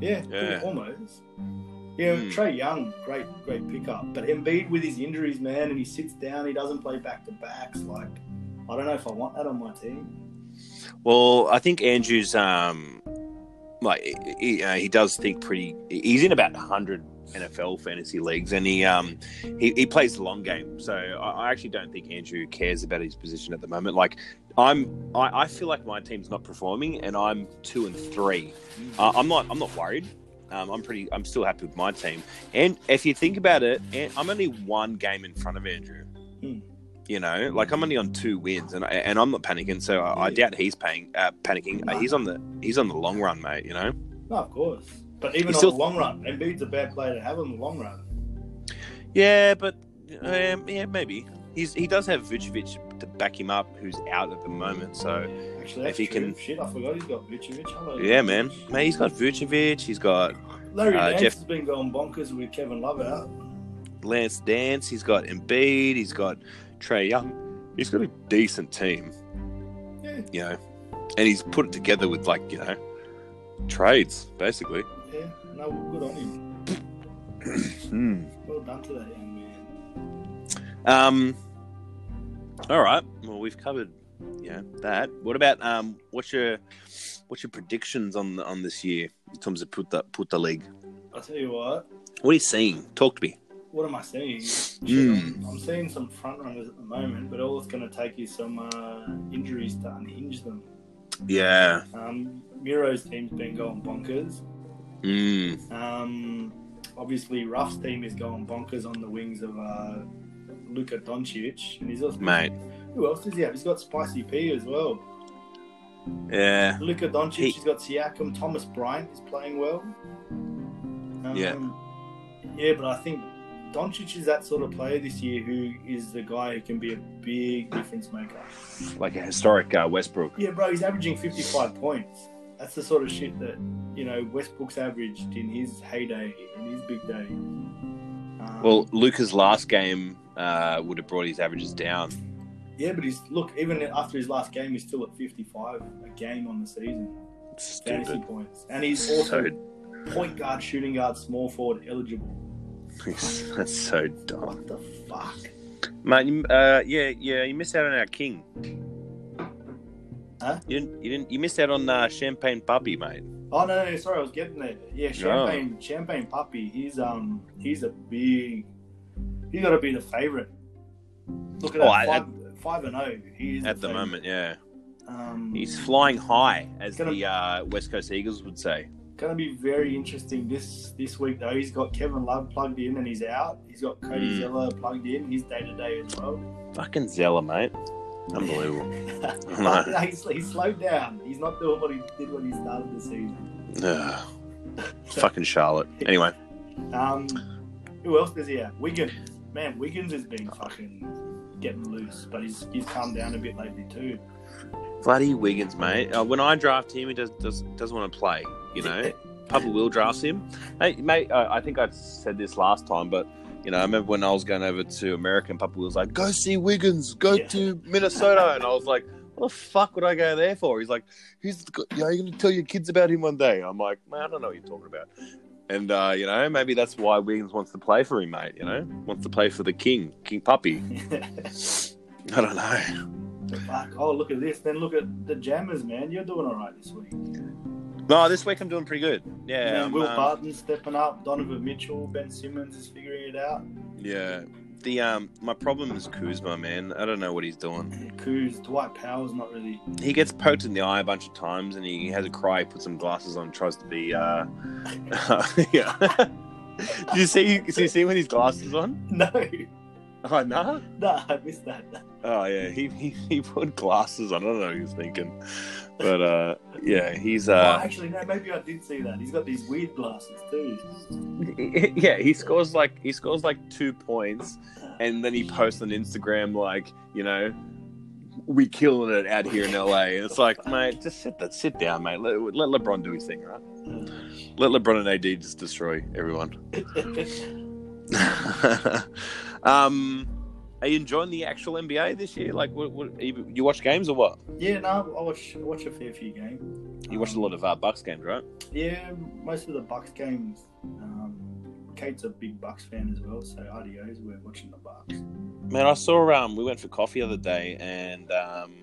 S3: Yeah,
S4: Yeah.
S3: almost. Yeah,
S4: Hmm.
S3: Trey Young, great, great pickup. But Embiid with his injuries, man, and he sits down. He doesn't play back to backs. Like, I don't know if I want that on my team.
S4: Well, I think Andrew's um, like he, uh, he does think pretty. He's in about hundred NFL fantasy leagues, and he um he, he plays the long game. So I, I actually don't think Andrew cares about his position at the moment. Like I'm, I, I feel like my team's not performing, and I'm two and three. Uh, I'm not. I'm not worried. Um, I'm pretty. I'm still happy with my team. And if you think about it, An- I'm only one game in front of Andrew.
S3: Hmm.
S4: You know, like I'm only on two wins, and I, and I'm not panicking. So I, I doubt he's paying, uh, panicking. Uh, he's on the he's on the long run, mate. You know.
S3: No, of course. But even
S4: He's
S3: on
S4: still-
S3: the long run, Embiid's a bad player to have in the long run.
S4: Yeah, but um, yeah, maybe he's he does have Vucevic to back him up, who's out at the moment. So
S3: Actually,
S4: If
S3: that's
S4: he
S3: true.
S4: can-
S3: Shit, I forgot he's got Vucevic. Hello.
S4: yeah, man, mate, he's got Vucevic. He's got
S3: Larry
S4: Uh,
S3: Nance
S4: Jeff-
S3: has been going bonkers with Kevin Love out.
S4: Lance Dance. He's got Embiid. He's got Trey Young. He's got a decent team.
S3: Yeah.
S4: you know, and he's put it together with like you know trades basically.
S3: Yeah, no, good on him.
S4: Hmm.
S3: Well done to that young man.
S4: Um. All right. Well, we've covered yeah that. What about um? What's your what's your predictions on on this year in terms of put the put the league?
S3: I tell you what,
S4: What are you seeing? Talk to me.
S3: what am I seeing? Shit,
S4: Mm.
S3: I'm, I'm seeing some front runners at the moment, but all it's going to take is some uh, injuries to unhinge them.
S4: Yeah.
S3: Um, Miro's team's been going bonkers.
S4: Mm.
S3: Um, obviously, Ruff's team is going bonkers on the wings of uh, Luka Doncic, and he's also
S4: Mate.
S3: who else does he have? He's got Spicy P as well.
S4: Yeah.
S3: Luka Doncic,
S4: He-
S3: he's got Siakam. Thomas Bryant is playing well. Um,
S4: Yeah.
S3: Yeah, but I think Doncic is that sort of player this year who is the guy who can be a big difference maker.
S4: Like a historic uh, Westbrook.
S3: Yeah, bro, he's averaging 55 points. That's the sort of shit that, you know, Westbrook's averaged in his heyday, in his big day. Um,
S4: Well, Luca's last game uh, would have brought his averages down.
S3: yeah, but he's, look, even after his last game, he's still at 55 a game on the season, fantasy
S4: Stupid.
S3: points. And he's also
S4: So
S3: point guard, shooting guard, small forward eligible.
S4: that's so dumb.
S3: What the fuck?
S4: Mate, you- uh, yeah, yeah, you missed out on our king.
S3: Huh?
S4: You didn't, you didn't, you missed out on uh, Champagne Puppy, mate.
S3: Oh no, no, sorry, I was getting there. Yeah, champagne, champagne puppy. He's um, he's a big. He's got to be the favorite. Look at
S4: Oh,
S3: that,
S4: I-
S3: five, five and zero. He is
S4: At the
S3: favourite.
S4: moment, yeah,
S3: um, he's
S4: he's flying high, as
S3: Gonna-
S4: the uh, West Coast Eagles would say.
S3: going to be very interesting this this week though. He's got Kevin Love plugged in and he's out. He's got Cody
S4: Mm.
S3: Zeller plugged in. He's day to day as well.
S4: Fucking Zeller, mate. Unbelievable.
S3: No, he's, he's slowed down. He's not doing what he did when he started the season.
S4: Ugh. Fucking Charlotte. Anyway,
S3: Um, who else does he have? Wiggins. Man, Wiggins has been fucking getting loose, but he's he's calmed down a bit lately too.
S4: bloody Wiggins, mate. Uh, when I draft him, he does, does, doesn't want to play, you know? Papa Will drafts him. Hey, mate, I, I think I said this last time, but you know, I remember when I was going over to America and Papa Will was like, "Go see Wiggins, go
S3: Yeah.
S4: to Minnesota," and I was like, "What the fuck would I go there for?" He's like, "He's, got- you know, you're going to tell your kids about him one day." I'm like, "Man, I don't know what you're talking about." And uh, you know, maybe that's why Wiggins wants to play for him, mate. You know, wants to play for the king, King Puppy. I don't know.
S3: Fuck, oh look at this. Then look at the Jammers, man. You're doing all right this week.
S4: No, this week I'm doing pretty good. Yeah,
S3: Man,
S4: I'm,
S3: Will
S4: um,
S3: Barton stepping up. Donovan Mitchell, Ben Simmons is figuring it out.
S4: Yeah, the um, my problem is Kuzma, man. I don't know what he's doing.
S3: Kuz, Dwight Powell's not really.
S4: He gets poked in the eye a bunch of times, and he has a cry. Puts some glasses on, tries to be. Uh, yeah. Did you see? Did you see when his glasses on?
S3: No,
S4: Oh no.
S3: nah, I missed that.
S4: Oh yeah, he, he he put glasses on. I don't know what he was thinking, but uh, yeah, he's
S3: oh,
S4: uh,
S3: actually, no, maybe I did see that. He's got these weird glasses too.
S4: yeah, he scores like he scores like two points, and then he posts on Instagram like you know, we killing it out here in LA. It's like mate, just sit that sit down, mate. Let, let LeBron do his thing, right? Let LeBron and AD just destroy everyone. um, are you enjoying the actual NBA this year? Like, what, what you, you watch games or what?
S3: yeah, no, I watch I watch a fair few games.
S4: You watch a lot of uh, Bucks games, right?
S3: Yeah, most of the Bucks games. Um, Kate's a big Bucks fan as well, so adios, we're watching the Bucks.
S4: Man, I saw. Um, we went for coffee the other day, and um,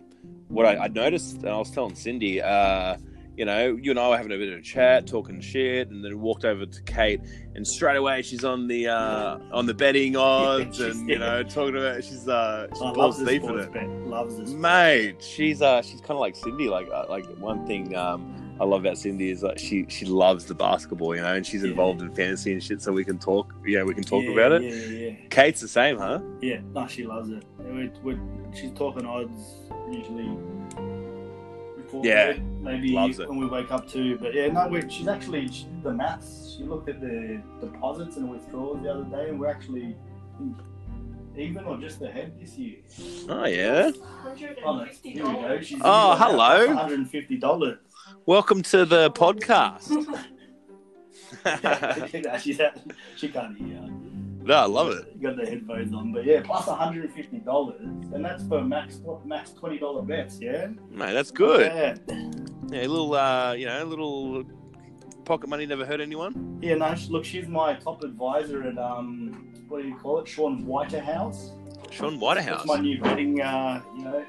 S4: what I, I noticed, and I was telling Cindy, uh, you know, you and I were having a bit of a chat, talking shit, and then walked over to Kate, and straight away she's on the uh, on the betting odds,
S3: She's-
S4: and you know, talking about she's uh, she's
S3: I
S4: balls
S3: love this
S4: deep in
S3: sports
S4: it,
S3: bet. Loves this.
S4: mate. She's uh, she's kind of like Cindy. Like uh, like one thing um, I love about Cindy is like she she loves the basketball, you know, and she's
S3: Yeah.
S4: involved in fantasy and shit, so we can talk. Yeah, we can talk
S3: Yeah,
S4: about it.
S3: Yeah, yeah, yeah.
S4: Kate's the same, huh?
S3: Yeah, no, she loves it. We're, we're, she's talking odds usually. Before
S4: Yeah,
S3: bed, maybe
S4: loves it.
S3: when we wake up too. But yeah, no, we she's actually she did the maths. She looked at the deposits and withdrawals the other day, and we're actually even or just ahead this year.
S4: Oh yeah.
S3: Oh, no, here we go. She's
S4: Oh, hello.
S3: One hundred and fifty dollars.
S4: Welcome to the podcast.
S3: She's out. She can't hear.
S4: no, I love it.
S3: You got the headphones on, but yeah, plus one hundred and fifty dollars, and that's for max what, max twenty dollar bets. Yeah.
S4: Mate, that's good.
S3: Yeah.
S4: Yeah, a little, uh, you know, a little pocket money never hurt anyone.
S3: Yeah, no, she- look, she's my top advisor at, um, what do you call it, Sean Whitehouse.
S4: Sean
S3: That's
S4: Whitehouse.
S3: my new betting, uh, you know,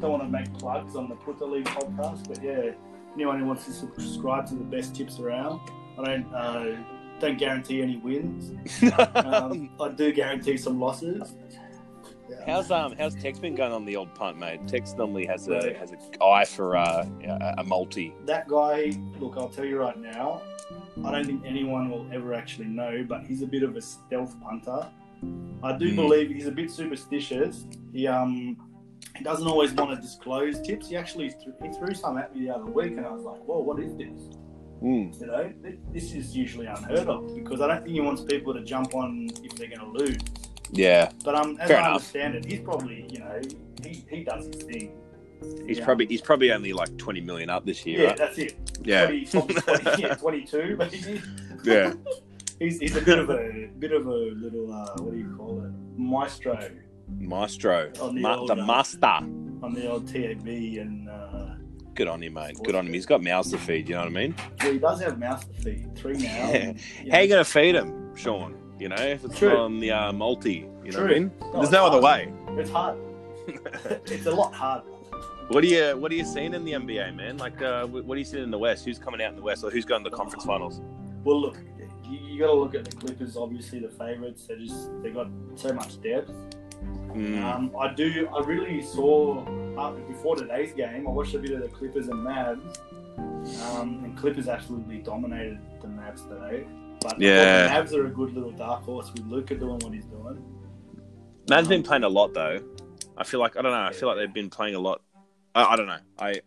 S3: don't want to make plugs on the Put the League podcast, but yeah, anyone who wants to subscribe to the best tips around, I don't, uh, don't guarantee any wins. Um, I do guarantee some losses. Yeah.
S4: how's um how's Tex been going on the old punt, mate? Tex normally has a has a eye for uh, a, a multi.
S3: that guy, look, I'll tell you right now, I don't think anyone will ever actually know, but he's a bit of a stealth punter. I do
S4: Hmm.
S3: believe he's a bit superstitious. He um he doesn't always want to disclose tips. He actually threw, he threw some at me the other week, and I was like, "Whoa, what is this?" You know, Th- this is usually unheard of because I don't think he wants people to jump on if they're going to lose.
S4: Yeah,
S3: But um, as
S4: Fair
S3: I
S4: enough.
S3: understand it, he's probably you know he, he does his thing.
S4: he's
S3: Yeah.
S4: probably he's probably only like twenty million up this
S3: yeah,
S4: year. right?
S3: that's it.
S4: Yeah,
S3: 20, probably 20, yeah, 22 maybe.
S4: yeah.
S3: He's, he's a bit of a bit of a little uh, what do you call it maestro
S4: Maestro,
S3: On the
S4: Ma-
S3: old,
S4: the
S3: uh,
S4: master.
S3: on the old TAB and uh,
S4: Good on him, mate. Good on him. He's got mouths to feed. You know what I mean?
S3: yeah, he does have mouth to feed three now. and, you
S4: How you
S3: know,
S4: gonna feed him, Sean? You know, if it's
S3: True.
S4: not on the uh, multi, you know
S3: True.
S4: what I mean.
S3: No,
S4: There's no
S3: it's
S4: other
S3: hard.
S4: way.
S3: It's hard. it's a lot harder.
S4: What are you What are you seeing in the NBA, man? Like, uh, wh- what are you seeing in the West? Who's coming out in the West, or who's going to the conference finals?
S3: Well, look, you, you got to look at the Clippers. Obviously, the favorites. They just they got so much depth.
S4: Mm.
S3: Um, I do. I really saw uh, before today's game. I watched a bit of the Clippers and Mavs, um, and Clippers absolutely dominated the Mavs today. But I thought
S4: Yeah.
S3: the Mavs are a good little dark horse with Luca doing what he's doing.
S4: Man's been playing a lot though. I feel like I don't know. I feel like they've been playing a lot. I, I don't know. I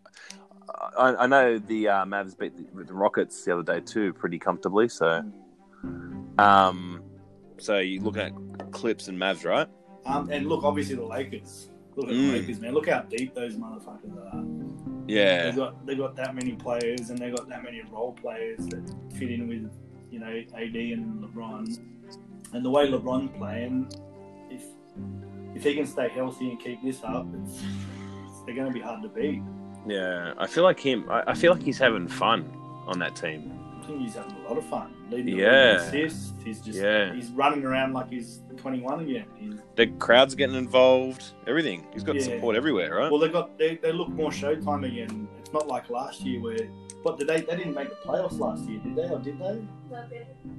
S4: I, I know the uh, Mavs beat the, the Rockets the other day too, pretty comfortably. So, um, so you looking at clips and Mavs, right?
S3: Um, and look, obviously the Lakers. Look at
S4: Mm.
S3: the Lakers, man. Look how deep those motherfuckers are. They
S4: Yeah,
S3: got they got that many players, and they got that many role players that fit in with you know AD and LeBron, and the way LeBron playing, if if he can stay healthy and keep this up, it's, they're going to be hard to beat.
S4: yeah. I feel like him. I, I feel like he's having fun on that team.
S3: I think he's having a lot of fun. Leading the league
S4: Yeah.
S3: in assists. He's just
S4: Yeah.
S3: he's running around like he's 21 again. He's,
S4: The crowd's getting involved. Everything. He's got
S3: Yeah.
S4: support everywhere, right?
S3: well, they got they, they look more showtime again. It's not like last year where. But did they they didn't make the playoffs last year, did they? Or did they?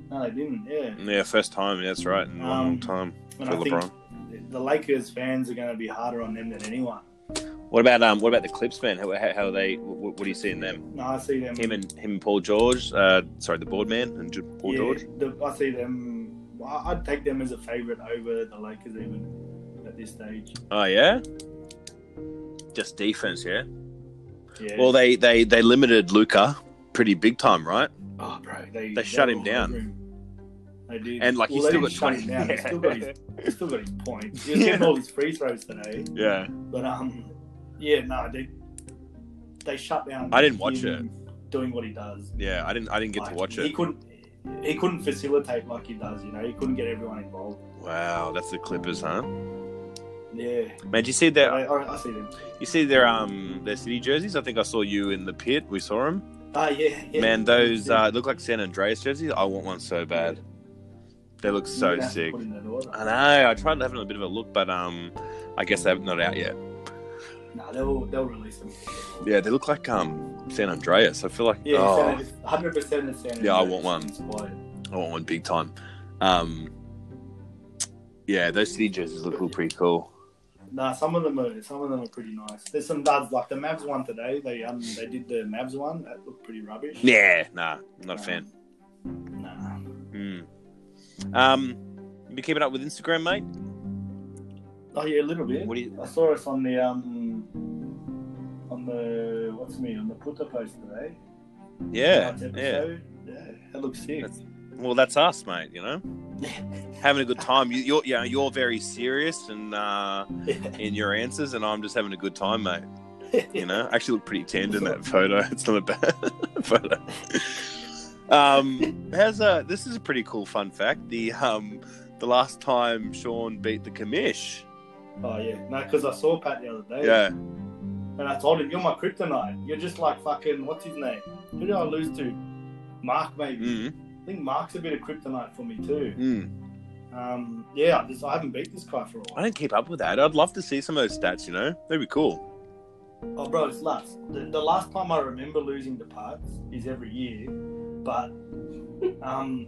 S3: No, they didn't. Yeah.
S4: yeah, first time. Yeah, that's right. In a long,
S3: Um,
S4: long time.
S3: And
S4: for
S3: I
S4: LeBron.
S3: think the Lakers fans are going to be harder on them than anyone.
S4: What about um? What about the Clips, man? How, how, how are they? What, what do you see in them?
S3: No, I see them.
S4: Him and him and Paul George. Uh, sorry, the board man and Ju- Paul
S3: yeah,
S4: George.
S3: the- I see them. I- I'd take them as a favourite over the Lakers even at this stage.
S4: Oh yeah. Just defense, yeah.
S3: Yeah.
S4: Well, they they they limited Luca pretty big time, right?
S3: oh, bro, they,
S4: shut him
S3: were
S4: down.
S3: him. They did.
S4: And, like, he
S3: they
S4: still
S3: didn't
S4: got
S3: shut him
S4: 20.
S3: down. He still got his, he still got his points. He was getting all his free throws today.
S4: Yeah.
S3: But um, yeah, no, they they shut down.
S4: I didn't watch
S3: him Doing what he does.
S4: Yeah. I didn't I didn't get to
S3: Like,
S4: watch
S3: He
S4: it.
S3: couldn't. He couldn't facilitate like he does. You know, he couldn't get everyone involved.
S4: Wow, that's the Clippers, huh?
S3: Yeah,
S4: Man, did you see their
S3: I, I, I see them.
S4: you see their um their city jerseys? I think I saw you in the pit. We saw them.
S3: Ah, yeah, yeah.
S4: Man, those
S3: Yeah.
S4: uh, look like San Andreas jerseys. I want one so bad. They look
S3: You're
S4: so
S3: gonna have to
S4: sick.
S3: put in an order.
S4: I know. I tried having a bit of a look, but um, I guess they're not out yet.
S3: Nah, they'll they'll release them.
S4: Yeah, they look like um San Andreas. I feel like
S3: Yeah,
S4: oh,
S3: hundred percent the same.
S4: Yeah, I want one. I want one oh, big time. Um, yeah, those city jerseys look all pretty cool.
S3: Nah, some of them are some of them are pretty nice. There's some duds like the Mavs one today. They um they did the Mavs one that looked pretty rubbish.
S4: Yeah, nah, not a fan.
S3: Um, Nah.
S4: Mm. Um, you been keeping up with Instagram, mate?
S3: Oh yeah, a little bit.
S4: What do you-
S3: I saw us on the um on the what's me on the Puta post today.
S4: Yeah,
S3: Last
S4: yeah.
S3: episode. Yeah, that looks sick.
S4: That's- Well, that's us, mate. You know, having a good time. You, you're, you know, you're very serious and uh, in your answers, and I'm just having a good time, mate. You know, I actually look pretty tanned in that photo. It's not a bad photo. Um, how's uh This is a pretty cool fun fact. The um, the last time Sean beat the commish.
S3: Oh yeah, no, because I saw Pat the other day.
S4: Yeah,
S3: And I told him, You're my kryptonite. You're just like fucking, what's his name? Who did I lose to? Mark, maybe.
S4: mm,
S3: I think Mark's a bit of kryptonite for me, too.
S4: mm.
S3: Um, yeah, I, just, I haven't beat this guy for a
S4: I
S3: while.
S4: don't keep up with that. I'd love to see some of those stats. You know, that'd be cool.
S3: Oh, bro, it's nuts. The, the last time I remember losing to parts is every year, but um,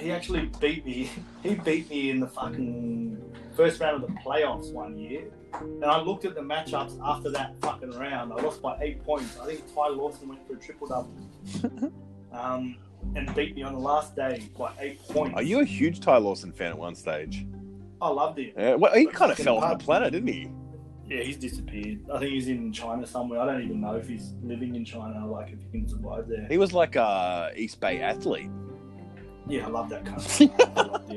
S3: he actually beat me. He beat me in the fucking first round of the playoffs one year. And I looked at the matchups after that fucking round. I lost by eight points. I think Ty Lawson went for a triple double. um, and beat me on the last day by eight points.
S4: Are you a huge Ty Lawson fan at one stage?
S3: I loved it.
S4: Yeah, well, he
S3: But
S4: kind of
S3: fucking
S4: fell off
S3: hard.
S4: the planet, didn't he?
S3: Yeah, he's disappeared. I think he's in China somewhere. I don't even know if he's living in China, like if he can survive there.
S4: He was like a East Bay athlete.
S3: Yeah, I love that country. I loved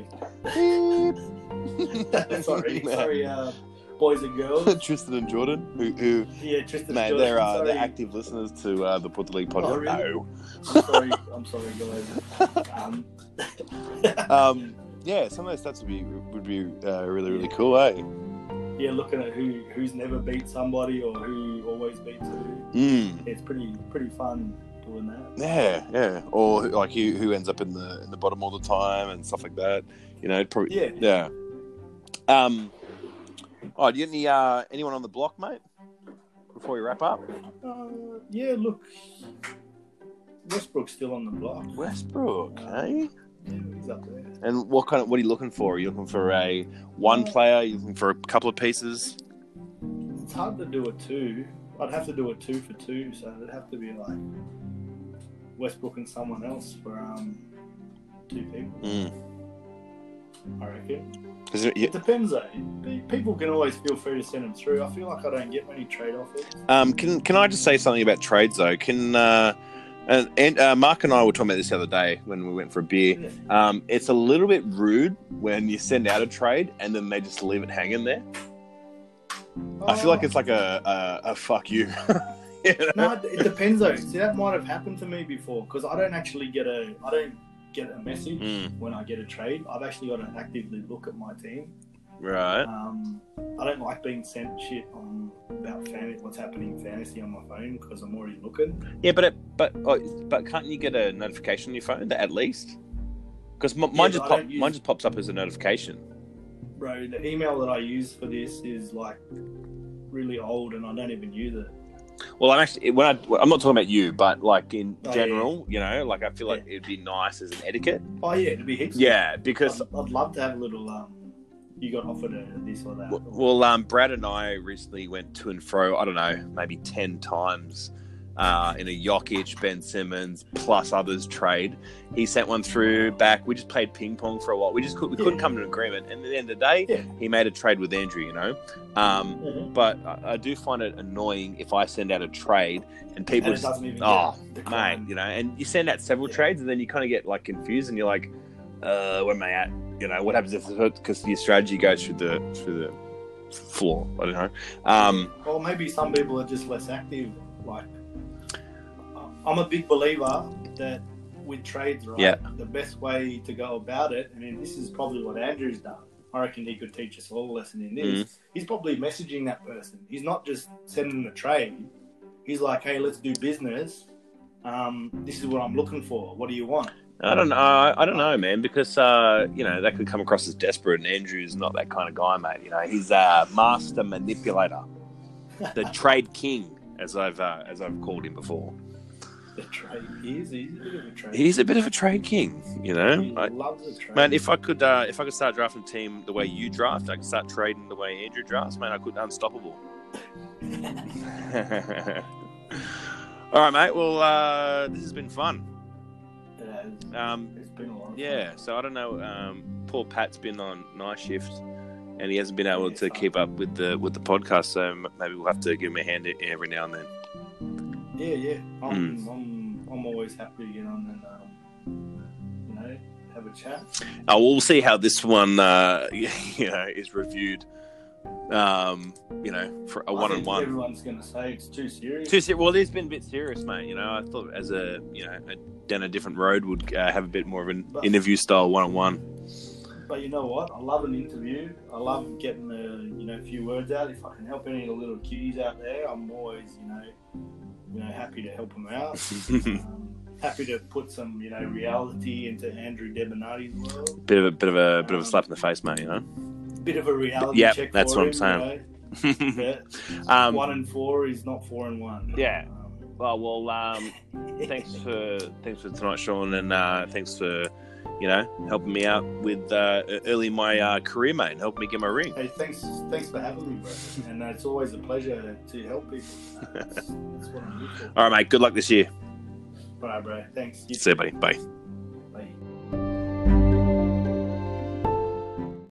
S3: it. sorry, sorry, uh, boys and girls.
S4: Tristan and Jordan, who, who
S3: Yeah, Tristan.
S4: mate,
S3: Jordan,
S4: they're uh,
S3: sorry.
S4: they're active listeners to uh, the Put the League podcast.
S3: Oh, really?
S4: No.
S3: I'm sorry, I'm sorry, guys. Um,
S4: Um, yeah, some of those stats would be would be uh, really really cool, eh?
S3: yeah, looking at who who's never beat somebody or who always beats who,
S4: Mm.
S3: it's pretty pretty fun doing that.
S4: Yeah, yeah. Or like who who ends up in the in the bottom all the time and stuff like that. You know, probably.
S3: Yeah.
S4: Yeah. Um. Oh, do you get any uh, anyone on the block, mate? Before we wrap up,
S3: Uh, yeah, look, Westbrook's still on the block.
S4: Westbrook, eh?
S3: Yeah, he's up there.
S4: And what kind of what are you looking for? Are you looking for a one player? Are you looking for a couple of pieces?
S3: It's hard to do a two. I'd have to do a two for two, so it'd have to be like Westbrook and someone else for um, two people,
S4: Mm.
S3: I reckon.
S4: Is there- yeah.
S3: It depends, though. Pe- People can always feel free to send them through. I feel like I don't get many trade offers.
S4: Um, can can I just say something about trades though? Can uh, and, and uh, Mark and I were talking about this the other day when we went for a beer. Um, it's a little bit rude when you send out a trade and then they just leave it hanging there. I feel like it's like a a, a fuck you. You know?
S3: Uh, No, it it depends, though. See, that might have happened to me before because I don't actually get a. I don't get a message
S4: Mm,
S3: when I get a trade. I've actually got to actively look at my team.
S4: right.
S3: Um, I don't like being sent shit on about fan- what's happening in fantasy on my phone because I'm already looking.
S4: Yeah, but it, but oh, but can't you get a notification on your phone that at least? Because mine
S3: Yeah,
S4: just
S3: but I
S4: pop,
S3: don't use-
S4: mine just pops up as a notification.
S3: Bro, the email that I use for this is like really old and I don't even use it.
S4: Well, I'm actually when I I'm not talking about you, but like in
S3: Oh, yeah.
S4: general, you know, like I feel like it'd be nice as an etiquette.
S3: Oh yeah, it'd be heaps.
S4: Yeah, because
S3: I'd, I'd love to have a little um, you got offered a, this or that?
S4: W- Well, um, Brad and I recently went to and fro, I don't know, maybe 10 times uh, in a Jokic, Ben Simmons, plus others trade. He sent one through back. We just played ping pong for a while. We just could, we couldn't
S3: Yeah.
S4: come to an agreement. And at the end of the day,
S3: Yeah.
S4: he made a trade with Andrew, you know? Um,
S3: Mhm.
S4: but I, I do find it annoying if I send out a trade and
S3: And
S4: people
S3: it
S4: just
S3: doesn't even
S4: oh,
S3: get the
S4: mate, you know, and you send out several
S3: Yeah.
S4: trades, and then you kind of get like confused, and you're like, uh, where am I at? You know, what happens if because your strategy goes through the through the floor? I don't know. Um,
S3: Or maybe some people are just less active. Like, uh, I'm a big believer that with trades, right?
S4: Yeah.
S3: The best way to go about it, I mean, this is probably what Andrew's done. I reckon he could teach us all a lesson in this.
S4: Mm-hmm.
S3: He's probably messaging that person. He's not just sending a trade. He's like, hey, let's do business. Um, this is what I'm looking for. What do you want?
S4: I don't know. I I don't know, man, because uh, you know that could come across as desperate, and Andrew's not that kind of guy, mate. You know, he's a master manipulator, the trade king, as I've uh, as I've called him before.
S3: The trade. He is. He's a bit of a trade.
S4: He's a bit of a trade king, you know.
S3: he
S4: I-
S3: loves a trade.
S4: Man, if I could, uh, if I could start drafting a team the way you draft, I could start trading the way Andrew drafts. Man, I could unstoppable. All right, mate. Well, uh, this has been fun.
S3: Yeah, it's-
S4: Um,
S3: it's been a long
S4: yeah. So I don't know. Um, poor Pat's been on night shift, and he hasn't been able to keep up with the with the podcast. So m- maybe we'll have to give him a hand e, every now and then.
S3: Yeah, yeah. I'm,
S4: Hmm.
S3: I'm, I'm always happy to get on and, um, you know, have a chat.
S4: Oh, we'll see how this one, uh, you know, is reviewed. Um, you know, for a
S3: I
S4: one on
S3: think
S4: one.
S3: Everyone's going to say it's too serious.
S4: Too ser- well, it's been a bit serious, mate. You know, I thought as a you know a, down a different road would uh, have a bit more of an interview style one on one.
S3: But you know what? I love an interview. I love getting the, you know, few words out. If I can help any of the little cuties out there, I'm always, you know, you know, happy to help them out. um, happy to put some, you know, reality into Andrew Debonati's world.
S4: Bit of a bit of a bit of a slap in the face, mate. You know.
S3: Bit of a reality
S4: Yep,
S3: check.
S4: that's
S3: for
S4: what I'm Mm-hmm.
S3: him, You know? that
S4: um,
S3: one and four is not four and one.
S4: Yeah.
S3: Um,
S4: well, well, um, thanks for thanks for tonight, Sean, and uh, thanks for you know helping me out with uh, early in my uh, career, mate, and helping me get my ring.
S3: Hey, thanks, thanks for having me, bro. And uh, it's always a pleasure to help people. Uh, That's, that's what I'm here for.
S4: All right, mate. Good luck this year.
S3: All right, bro. Thanks. You
S4: See you, buddy. Bye.